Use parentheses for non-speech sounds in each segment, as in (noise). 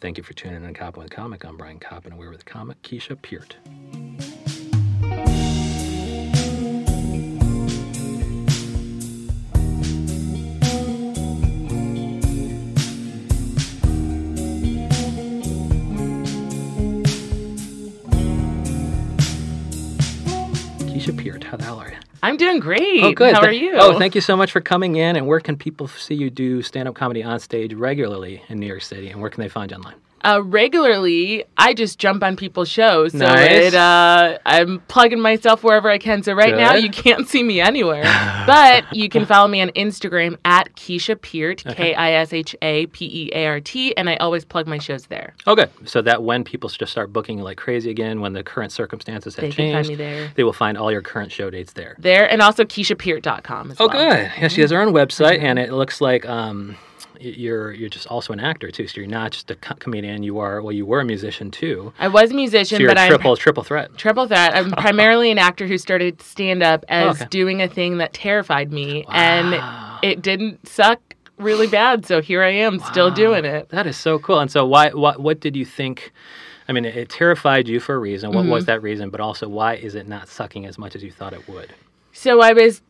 Thank you for tuning in to Cop with Comic. I'm Brian Kopp, and we're with comic Keisha Peart. Keisha Peart, how the hell are you? I'm doing great. Oh, good. How Tha- are you? Oh, thank you so much for coming in. And where can people see you do stand up comedy on stage regularly in New York City? And where can they find you online? Uh, regularly, I just jump on people's shows. So Nice. it, uh, I'm plugging myself wherever I can. So right now, Good. you can't see (laughs) me anywhere. but you can follow me on Instagram at Keisha Peart, K I S H A P E A R T. And I always plug my shows there. Oh, good. So that when people just start booking like crazy again, when the current circumstances have They can changed, find me there. they will find all your current show dates there. There and also KeishaPeart.com as Oh, well. good. Yeah, she has her own Mm-hmm. website, and it looks like um, y- you're you're just also an actor too. So you're not just a co- comedian. You are well, you were a musician too. I was a So musician, you're but a I'm triple triple threat. Triple (laughs) threat. I'm primarily an actor who started stand up as Okay. doing a thing that terrified me, Wow. and it didn't suck really bad. So here I am, still Wow. doing it. That is so cool. And so, why? What? What did you think? I mean, it, it terrified you for a reason. What Mm-hmm. was that reason? But also, why is it not sucking as much as you thought it would? So I was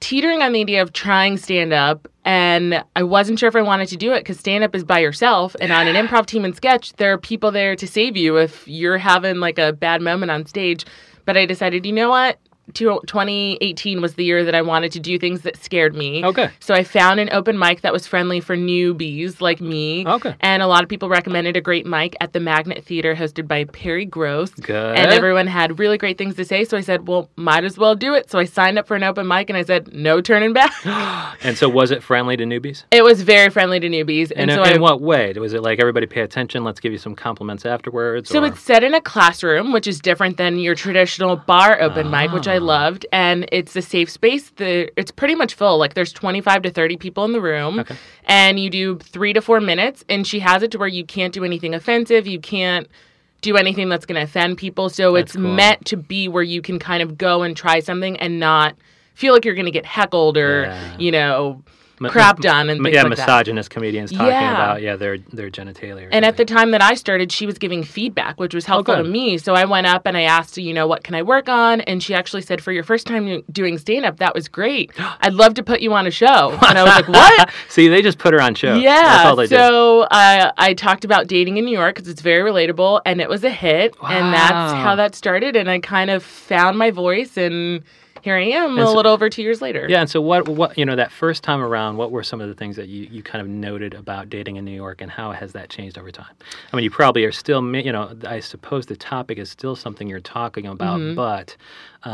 teetering on the idea of trying stand up, and I wasn't sure if I wanted to do it because stand up is by yourself, and on an improv team and sketch, there are people there to save you if you're having like a bad moment on stage. But I decided, you know what? Two- 2018 was the year that I wanted to do things that scared me. Okay. So I found an open mic that was friendly for newbies like me. Okay. And a lot of people recommended a great mic at the Magnet Theater hosted by Perry Gross. Good. And everyone had really great things to say. So I said, well, might as well do it. So I signed up for an open mic and I said, no (gasps) turning back. And so, was it friendly to newbies? it was very friendly to newbies. And, And, so in, I. in what way? Was it like everybody pay attention? Let's give you some compliments afterwards. So or- it's set in a classroom, which is different than your traditional bar open mic, which Ah. I loved. And it's a safe space. The it's pretty much full. Like there's 25 to 30 people in the room, Okay. and you do three to four minutes. And she has it to where you can't do anything offensive. You can't do anything that's going to offend people. So That's it's cool. meant to be where you can kind of go and try something and not feel like you're going to get heckled or Yeah. you know M- crap done and m- things yeah, like that. misogynist comedians talking Yeah. about yeah their their genitalia. Or And at something. the time that I started, she was giving feedback, which was helpful to good. me. So I went up and I asked, you know, what can I work on? And she actually said, for your first time doing stand up, that was (gasps) great. I'd love to put you on a show. And I was (laughs) like, what? see they just put her on show. Yeah. that's all they did. so uh, I talked about dating in New York because it's very relatable and it was a hit. And that's Wow. how that started. And I kind of found my voice and here I am And a so- little over two years later. Yeah, and so what? What you know that first time around? What were some of the things that you, you kind of noted about dating in New York, and how has that changed over time? I mean, you probably are still, ma- you know, I suppose the topic is still something you're talking about, Mm-hmm. but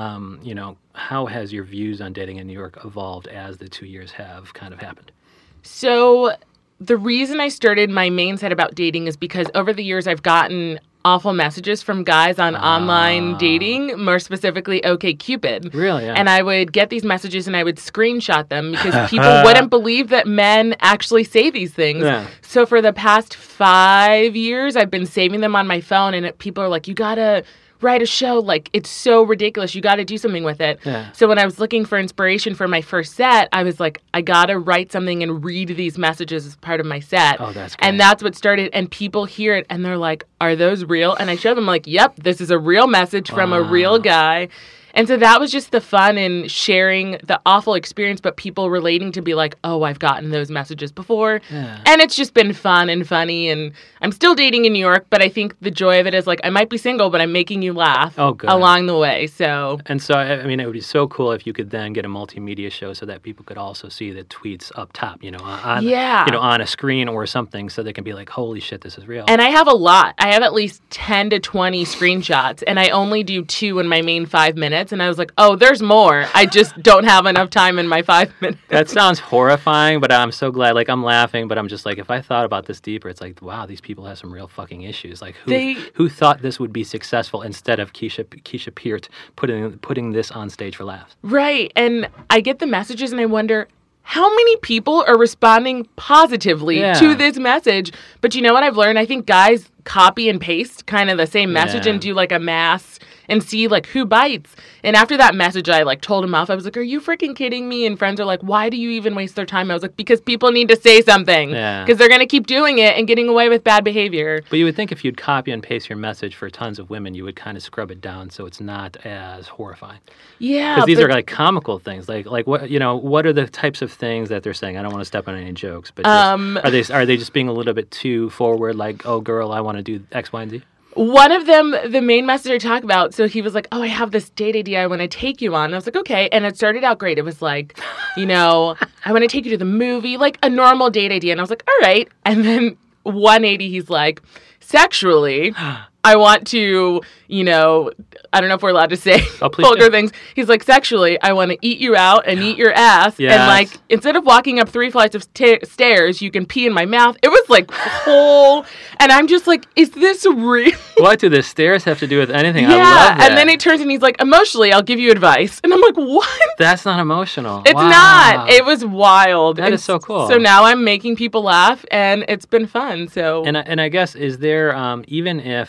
um, you know, how has your views on dating in New York evolved as the two years have kind of happened? So, the reason I started my main set about dating is because over the years I've gotten awful messages from guys on online dating, more specifically OKCupid. Ah. Really? Yeah. And I would get these messages and I would screenshot them because (laughs) people wouldn't believe that men actually say these things. Yeah. So for the past five years, I've been saving them on my phone, and it, people are like, "You gotta write a show. Like it's so ridiculous. You gotta do something with it." Yeah. So when I was looking for inspiration for my first set, I was like, "I gotta write something and read these messages as part of my set." Oh, that's great. And that's what started. And people hear it and they're like, "Are those real?" And I show them like, "Yep, this is a real message from a real guy." And so that was just the fun in sharing the awful experience, but people relating to be like, oh, I've gotten those messages before. Yeah. And it's just been fun and funny. And I'm still dating in New York, but I think the joy of it is like, I might be single, but I'm making you laugh Oh, good. along the way. So And so, I I mean, it would be so cool if you could then get a multimedia show so that people could also see the tweets up top, you know, on Yeah. you know on a screen or something, so they can be like, "Holy shit, this is real." And I have a lot. I have at least 10 to 20 screenshots, and I only do two in my main five minutes. And I was like, oh, there's more. I just don't have enough time in my five minutes. that sounds horrifying, but I'm so glad. Like I'm laughing, but I'm just like, if I thought about this deeper, it's like, wow, these people have some real fucking issues. Like who They- who thought this would be successful instead of Keisha Keisha Peart putting putting this on stage for laughs? Right. And I get the messages, and I wonder how many people are responding positively Yeah. to this message. But you know what I've learned? I think guys copy and paste kind of the same message Yeah. and do like a mass and see like who bites. And after that message, I like told him off. I was like, "Are you freaking kidding me?" And friends are like, "Why do you even waste their time?" I was like, "Because people need to say something Yeah. because they're gonna keep doing it and getting away with bad behavior." But you would think if you'd copy and paste your message for tons of women, you would kind of scrub it down so it's not as horrifying. Yeah, Because these but- are like comical things, like like what you know, what are the types of things that they're saying? I don't want to step on any jokes, but just- Um, are they are they just being a little bit too forward? Like, oh, girl, I want to do X, Y, and Z. One of them, the main message I talk about, so he was like, Oh, I have this date idea I want to take you on. And I was like, Okay. And it started out great. It was like, You (laughs) know, I want to take you to the movie, like a normal date idea. And I was like, All right. And then 180, he's like, (gasps) Sexually, I want to, you know, I don't know if we're allowed to say Oh, please vulgar do. things. He's like, Sexually, I want to eat you out and eat your ass. And Yes. like, instead of walking up three flights of sta stairs, you can pee in my mouth. It was like whole, and I'm just like, is this real? What do the stairs have to do with anything? I yeah. love that. And then it turns and he's like, emotionally, I'll give you advice, and I'm like, what? (laughs) That's not emotional. It's Wow. not. It was wild. That That is is so cool. So now I'm making people laugh, and it's been fun. So And I, and I guess is there um, even if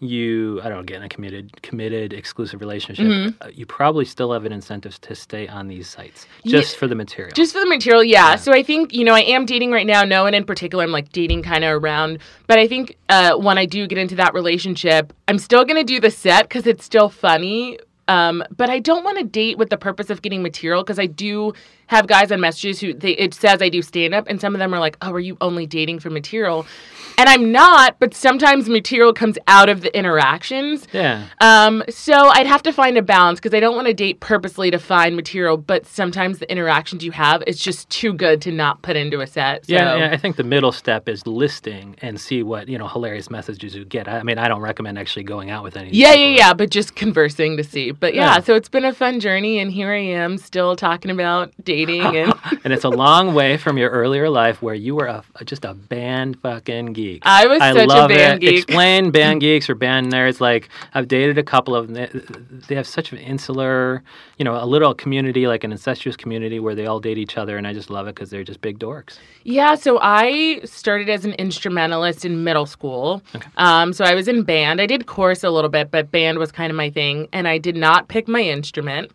you I don't get in a committed committed exclusive relationship, Mm-hmm. uh, you probably still have an incentive to stay on these sites Ye- just for the material. Just for the material, yeah. So I think, you know, I am dating right now. No one in particular, I'm like dating kind of around. But I think uh, when I do get into that relationship, I'm still going to do the set because it's still funny. Um, but I don't want to date with the purpose of getting material because I do have guys on messages who they, it says I do stand up, and some of them are like, oh, are you only dating for material? And I'm not, but sometimes material comes out of the interactions. yeah. Um, so I'd have to find a balance because I don't want to date purposely to find material, but sometimes the interactions you have it's just too good to not put into a set. So. Yeah, yeah, I think the middle step is listing and see what you know hilarious messages you get. I mean, I don't recommend actually going out with any. of these Yeah, yeah, people. yeah, but just conversing to see. But yeah, Yeah. so it's been a fun journey, and here I am still talking about (laughs) dating. And And it's a long way from your earlier life where you were a, just a band fucking geek. I was such a love band it. geek. (laughs) Explain band geeks or band nerds. Like I've dated a couple of them. They have such an insular, you know, a little community, like an incestuous community where they all date each other, and I just love it because they're just big dorks. yeah, so I started as an instrumentalist in middle school. Um, so I was in band. I did chorus a little bit, but band was kind of my thing, and I did not pick my instrument.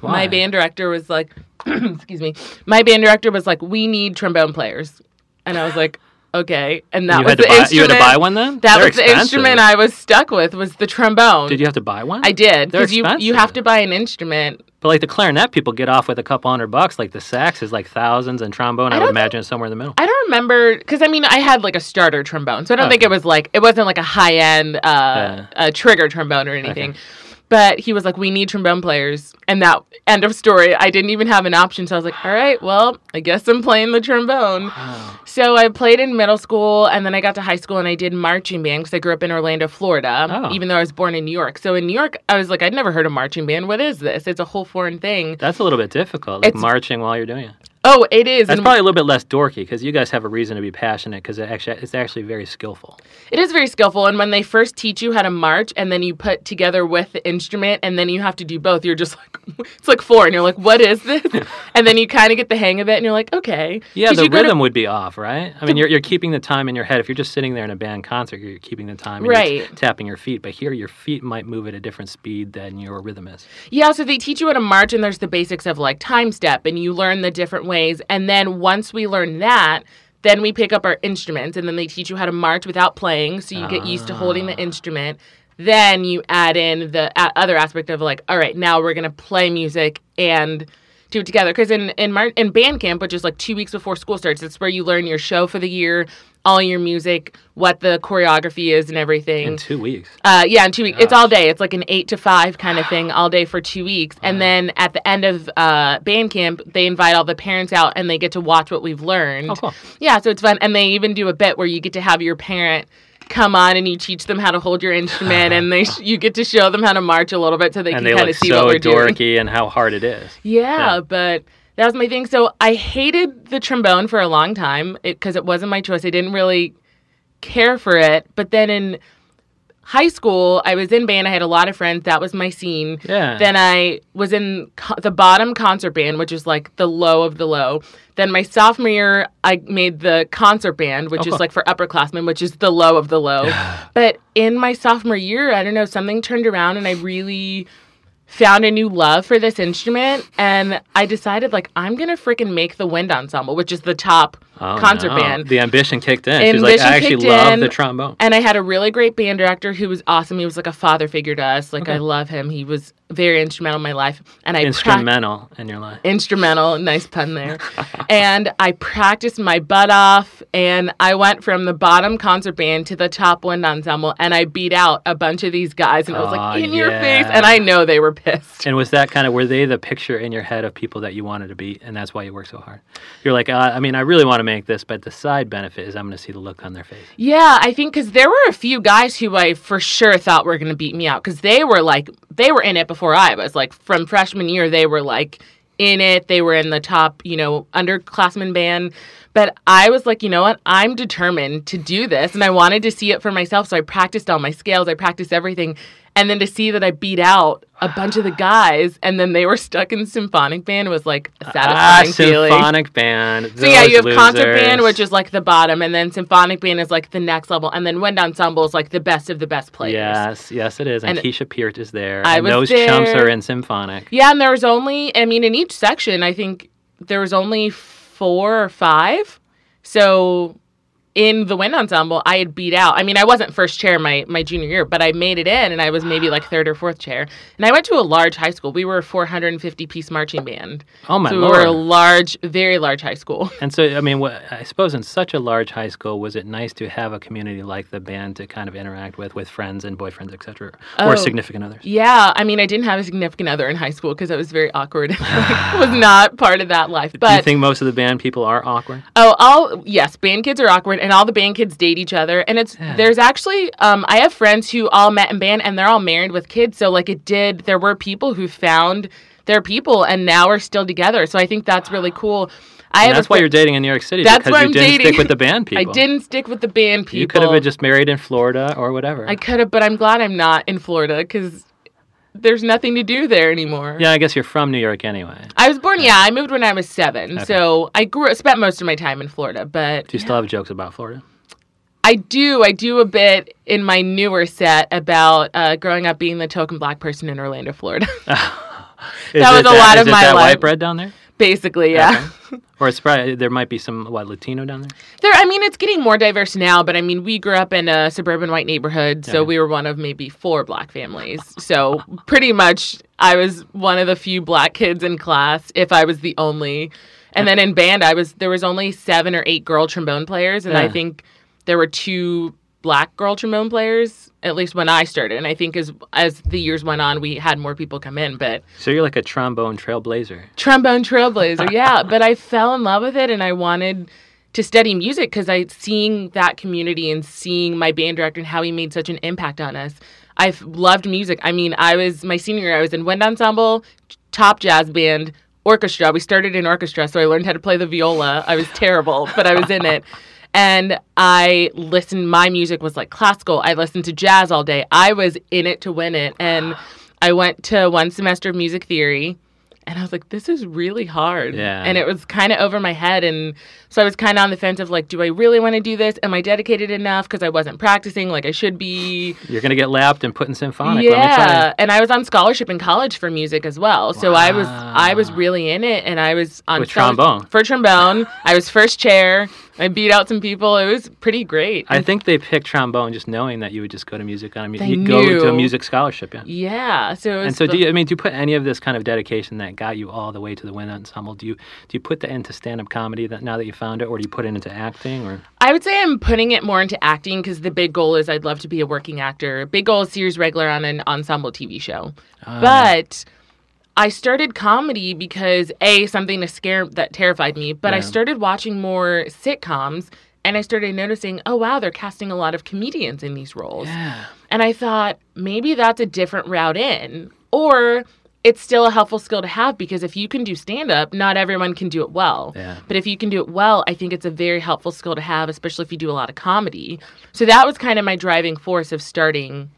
Why? My band director was like, (clears throat) excuse me, my band director was like, we need trombone players. And I was like, okay. And that you was had the to buy, You instrument. had to buy one then. That They're was the expensive. instrument I was stuck with was the trombone. Did you have to buy one? I did They're because you you expensive. have to buy an instrument. But like the clarinet, people get off with a couple hundred bucks. Like the sax is like thousands, and trombone, I, I would don't imagine is somewhere in the middle. I don't remember because I mean I had like a starter trombone, so I don't think it was like it wasn't like a high end uh, Yeah. uh, trigger trombone or anything. But he was like, "We need trombone players," and that end of story. I didn't even have an option, so I was like, "All right, well, I guess I'm playing the trombone." Wow. So I played in middle school, and then I got to high school, and I did marching band because I grew up in Orlando, Florida, Oh. even though I was born in New York. So in New York, I was like, "I'd never heard of marching band. What is this? It's a whole foreign thing." That's a little bit difficult, like It's- marching while you're doing it. Oh, it is. That's and- probably a little bit less dorky because you guys have a reason to be passionate because it actually it's actually very skillful. It is very skillful, and when they first teach you how to march, and then you put together with the instrument, and then you have to do both, you're just like, (laughs) it's like four, and you're like, what (laughs) is this? and then you kind of get the hang of it, and you're like, okay. Yeah, 'Cause the you go to- rhythm would be off, right? I mean, you're, you're keeping the time in your head. If you're just sitting there in a band concert, you're keeping the time and you're t- Right. tapping your feet. But here, your feet might move at a different speed than your rhythm is. yeah, so they teach you how to march, and there's the basics of like time step, and you learn the different ways, and then once we learn that. Then we pick up our instruments, and then they teach you how to march without playing, so you get used to holding the instrument. Then you add in the a- other aspect of like, all right, now we're gonna play music and do it together because in in, Mar- in band camp which is like two weeks before school starts it's where you learn your show for the year all your music what the choreography is and everything In two weeks, uh, yeah in two weeks it's all day it's like an eight to five kind of thing all day for two weeks and then at the end of uh, band camp they invite all the parents out and they get to watch what we've learned Oh, cool. yeah so it's fun and they even do a bit where you get to have your parent come on and you teach them how to hold your instrument (laughs) and they sh- you get to show them how to march a little bit so they and they can kind look of see so what we're doing dorky and how hard it is. yeah, Yeah. but that was my thing. So I hated the trombone for a long time because it, wasn't my choice. I didn't really care for it. But then in high school, I was in band. I had a lot of friends. That was my scene. Yeah. Then I was in co- the bottom concert band, which is like the low of the low. Then my sophomore year, I made the concert band, which is cool. like for upperclassmen, which is the low of the low. but in my sophomore year, I don't know, something turned around and I really found a new love for this instrument and I decided like I'm gonna freaking make the wind ensemble, which is the top Oh, concert no. band. The ambition kicked in. She's like, Ambition I actually kicked love in. the trombone. and I had a really great band director who was awesome. He was like a father figure to us. Like I love him. He was very instrumental in my life. And I prac- Instrumental in your life. instrumental. Nice (laughs) pun there. and I practiced my butt off, and I went from the bottom concert band to the top wind ensemble, and I beat out a bunch of these guys, and I was Aw, like, in your yeah. face, and I know they were pissed. And was that kind of were they the picture in your head of people that you wanted to be, and that's why you worked so hard? You're like, uh, I mean, I really want to make this, but the side benefit is I'm going to see the look on their face. Yeah, I think because there were a few guys who I for sure thought were going to beat me out because they were like they were in it before I was. Like from freshman year, they were like in it. They were in the top, you know, underclassmen band. But I was like, you know what? I'm determined to do this, and I wanted to see it for myself. So I practiced all my scales. I practiced everything, and then to see that I beat out a bunch of the guys, and then they were stuck in symphonic band was like a satisfying feeling. Ah, symphonic band. So yeah, you have concert band, band, which is like the bottom, and then symphonic band is like the next level, and then wind ensemble is like the best of the best players. Yes, yes, it is. And, And Keisha Peart is there. I and was those chumps there. are in symphonic. Yeah, and there was only, I mean, in each section, I think there was only four or five. So in the wind ensemble, I had beat out. I mean, I wasn't first chair my my junior year, but I made it in, and I was maybe like third or fourth chair. And I went to a large high school. We were a 450 piece marching band. Oh my so we were a lord! large, very large high school. And so, I mean, wha- I suppose in such a large high school, was it nice to have a community like the band to kind of interact with, with friends and boyfriends, etc., Oh. or significant others? Yeah, I mean, I didn't have a significant other in high school because I was very awkward. (sighs) like, was not part of that life. Do you But think most of the band people are awkward? oh, all yes, band kids are awkward, and all the band kids date each other. And it's there's actually um, I have friends who all met in band, and they're all married with kids. So like it did. There were people who found their people, and now are still together. So I think that's really cool. I And have a that's why fri- you're dating in New York City That's because why you I'm didn't stick dating. with the band people. I didn't stick with the band people. You could have been just married in Florida or whatever. I could have, but I'm glad I'm not in Florida because there's nothing to do there anymore. yeah, I guess you're from New York anyway. I was born, yeah. I moved when I was seven, so I grew spent most of my time in Florida. But Do you still have jokes about Florida? I do, I do a bit in my newer set about uh, growing up being the token black person in Orlando, Florida. (laughs) Is That was it a lot is of it my that life. white bread down there, Basically, yeah. or it's probably there might be some what Latino down there. There, I mean, it's getting more diverse now, but I mean, we grew up in a suburban white neighborhood, so we were one of maybe four black families. So pretty much, I was one of the few black kids in class, if I was the only. And then in band, I was there was only seven or eight girl trombone players, and I Yeah. think there were two black girl trombone players at least when I started. And I think as as the years went on, we had more people come in, but So you're like a trombone trailblazer. trombone trailblazer yeah but i fell in love with it and i wanted to study music because i seeing that community and seeing my band director and how he made such an impact on us i've loved music i mean i was my senior year i was in wind ensemble top jazz band orchestra we started in orchestra so i learned how to play the viola i was terrible but i was in it and i listened my music was like classical i listened to jazz all day i was in it to win it and i went to one semester of music theory and I was like, this is really hard. Yeah. And it was kind of over my head. And so I was kind of on the fence of like, do I really want to do this? Am I dedicated enough? Because I wasn't practicing like I should be. You're gonna get lapped and put in symphonic. Let me tell you. yeah. And I was on scholarship in college for music as well. So I was I was Wow. really in it. And I was on With scholarship- trombone. For trombone. I was first chair. I beat out some people. It was pretty great. I think they picked trombone just knowing that you would just go to music on a mu- They you go to a knew. music scholarship. Yeah. yeah. So it was And so, the- do you? I mean, do you put any of this kind of dedication that got you all the way to the Wind Ensemble? Do you do you put that into stand-up comedy that now that you found it, or do you put it into acting? Or I would say I'm putting it more into acting because the big goal is I'd love to be a working actor. Big goal is series regular on an ensemble TV show. but I started comedy because a something to scare that terrified me, but I Yeah. started watching more sitcoms and I started noticing, oh wow, they're casting a lot of comedians in these roles. yeah, And I thought maybe that's a different route in, or it's still a helpful skill to have because if you can do stand up, not everyone can do it well. Yeah. But if you can do it well, I think it's a very helpful skill to have, especially if you do a lot of comedy. So that was kind of my driving force of starting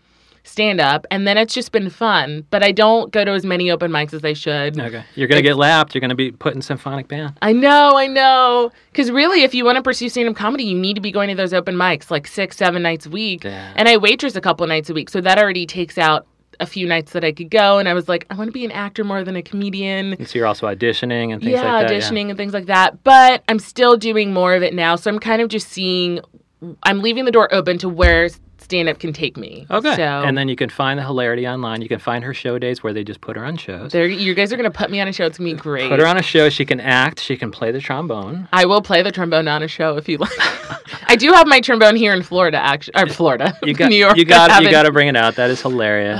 stand up, and then it's just been fun. But I don't go to as many open mics as I should. Okay. You're going to get lapped. You're going to be put in symphonic band. I know, I know. Because really, if you want to pursue stand up comedy, you need to be going to those open mics like six, seven nights a week. Yeah. And I waitress a couple nights a week. So that already takes out a few nights that I could go. And I was like, I want to be an actor more than a comedian. And so you're also auditioning and things yeah, like that. auditioning and things like that. But I'm still doing more of it now. So I'm kind of just seeing, I'm leaving the door open to where stand up can take me. Okay. So And then you can find the hilarity online. You can find her show days where they just put her on shows. there, you guys are going to put me on a show. It's going to be great. Put her on a show. She can act. She can play the (laughs) trombone. I will play the trombone on a show if you like. I do have my trombone here in Florida, actually, or Florida, (laughs) You got New York. You got you I got to bring it out. That is (sighs) hilarious.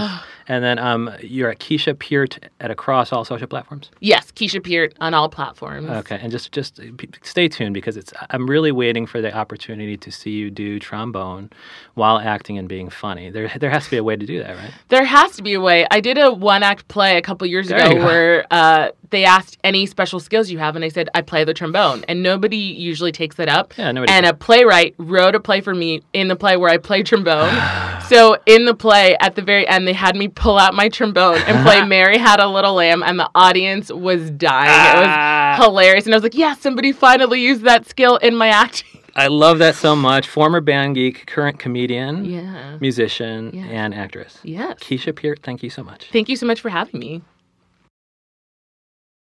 and then um, you're at Keisha Peart at across all social platforms. Yes, Keisha Peart on all platforms. Okay, and just just uh, p- stay tuned because it's I'm really waiting for the opportunity to see you do trombone while acting and being funny. There there has to be a way to do that, right? There has to be a way. I did a one act play a couple years There you ago go. where uh, they asked any special skills you have, and I said I play the trombone, and nobody usually takes that up. Yeah, nobody And does. a playwright wrote a play for me in the play where I (sighs) play trombone. so in the play, at the very end, they had me pull out my trombone (laughs) and play "Mary Had a Little Lamb," and the audience was dying. Ah. It was hilarious, and I was like, "Yeah, somebody finally used that skill in my acting." I love that so much. Former band geek, current comedian, yeah. musician, Yeah. and actress. Yes. Keisha Peart, thank you so much. Thank you so much for having me.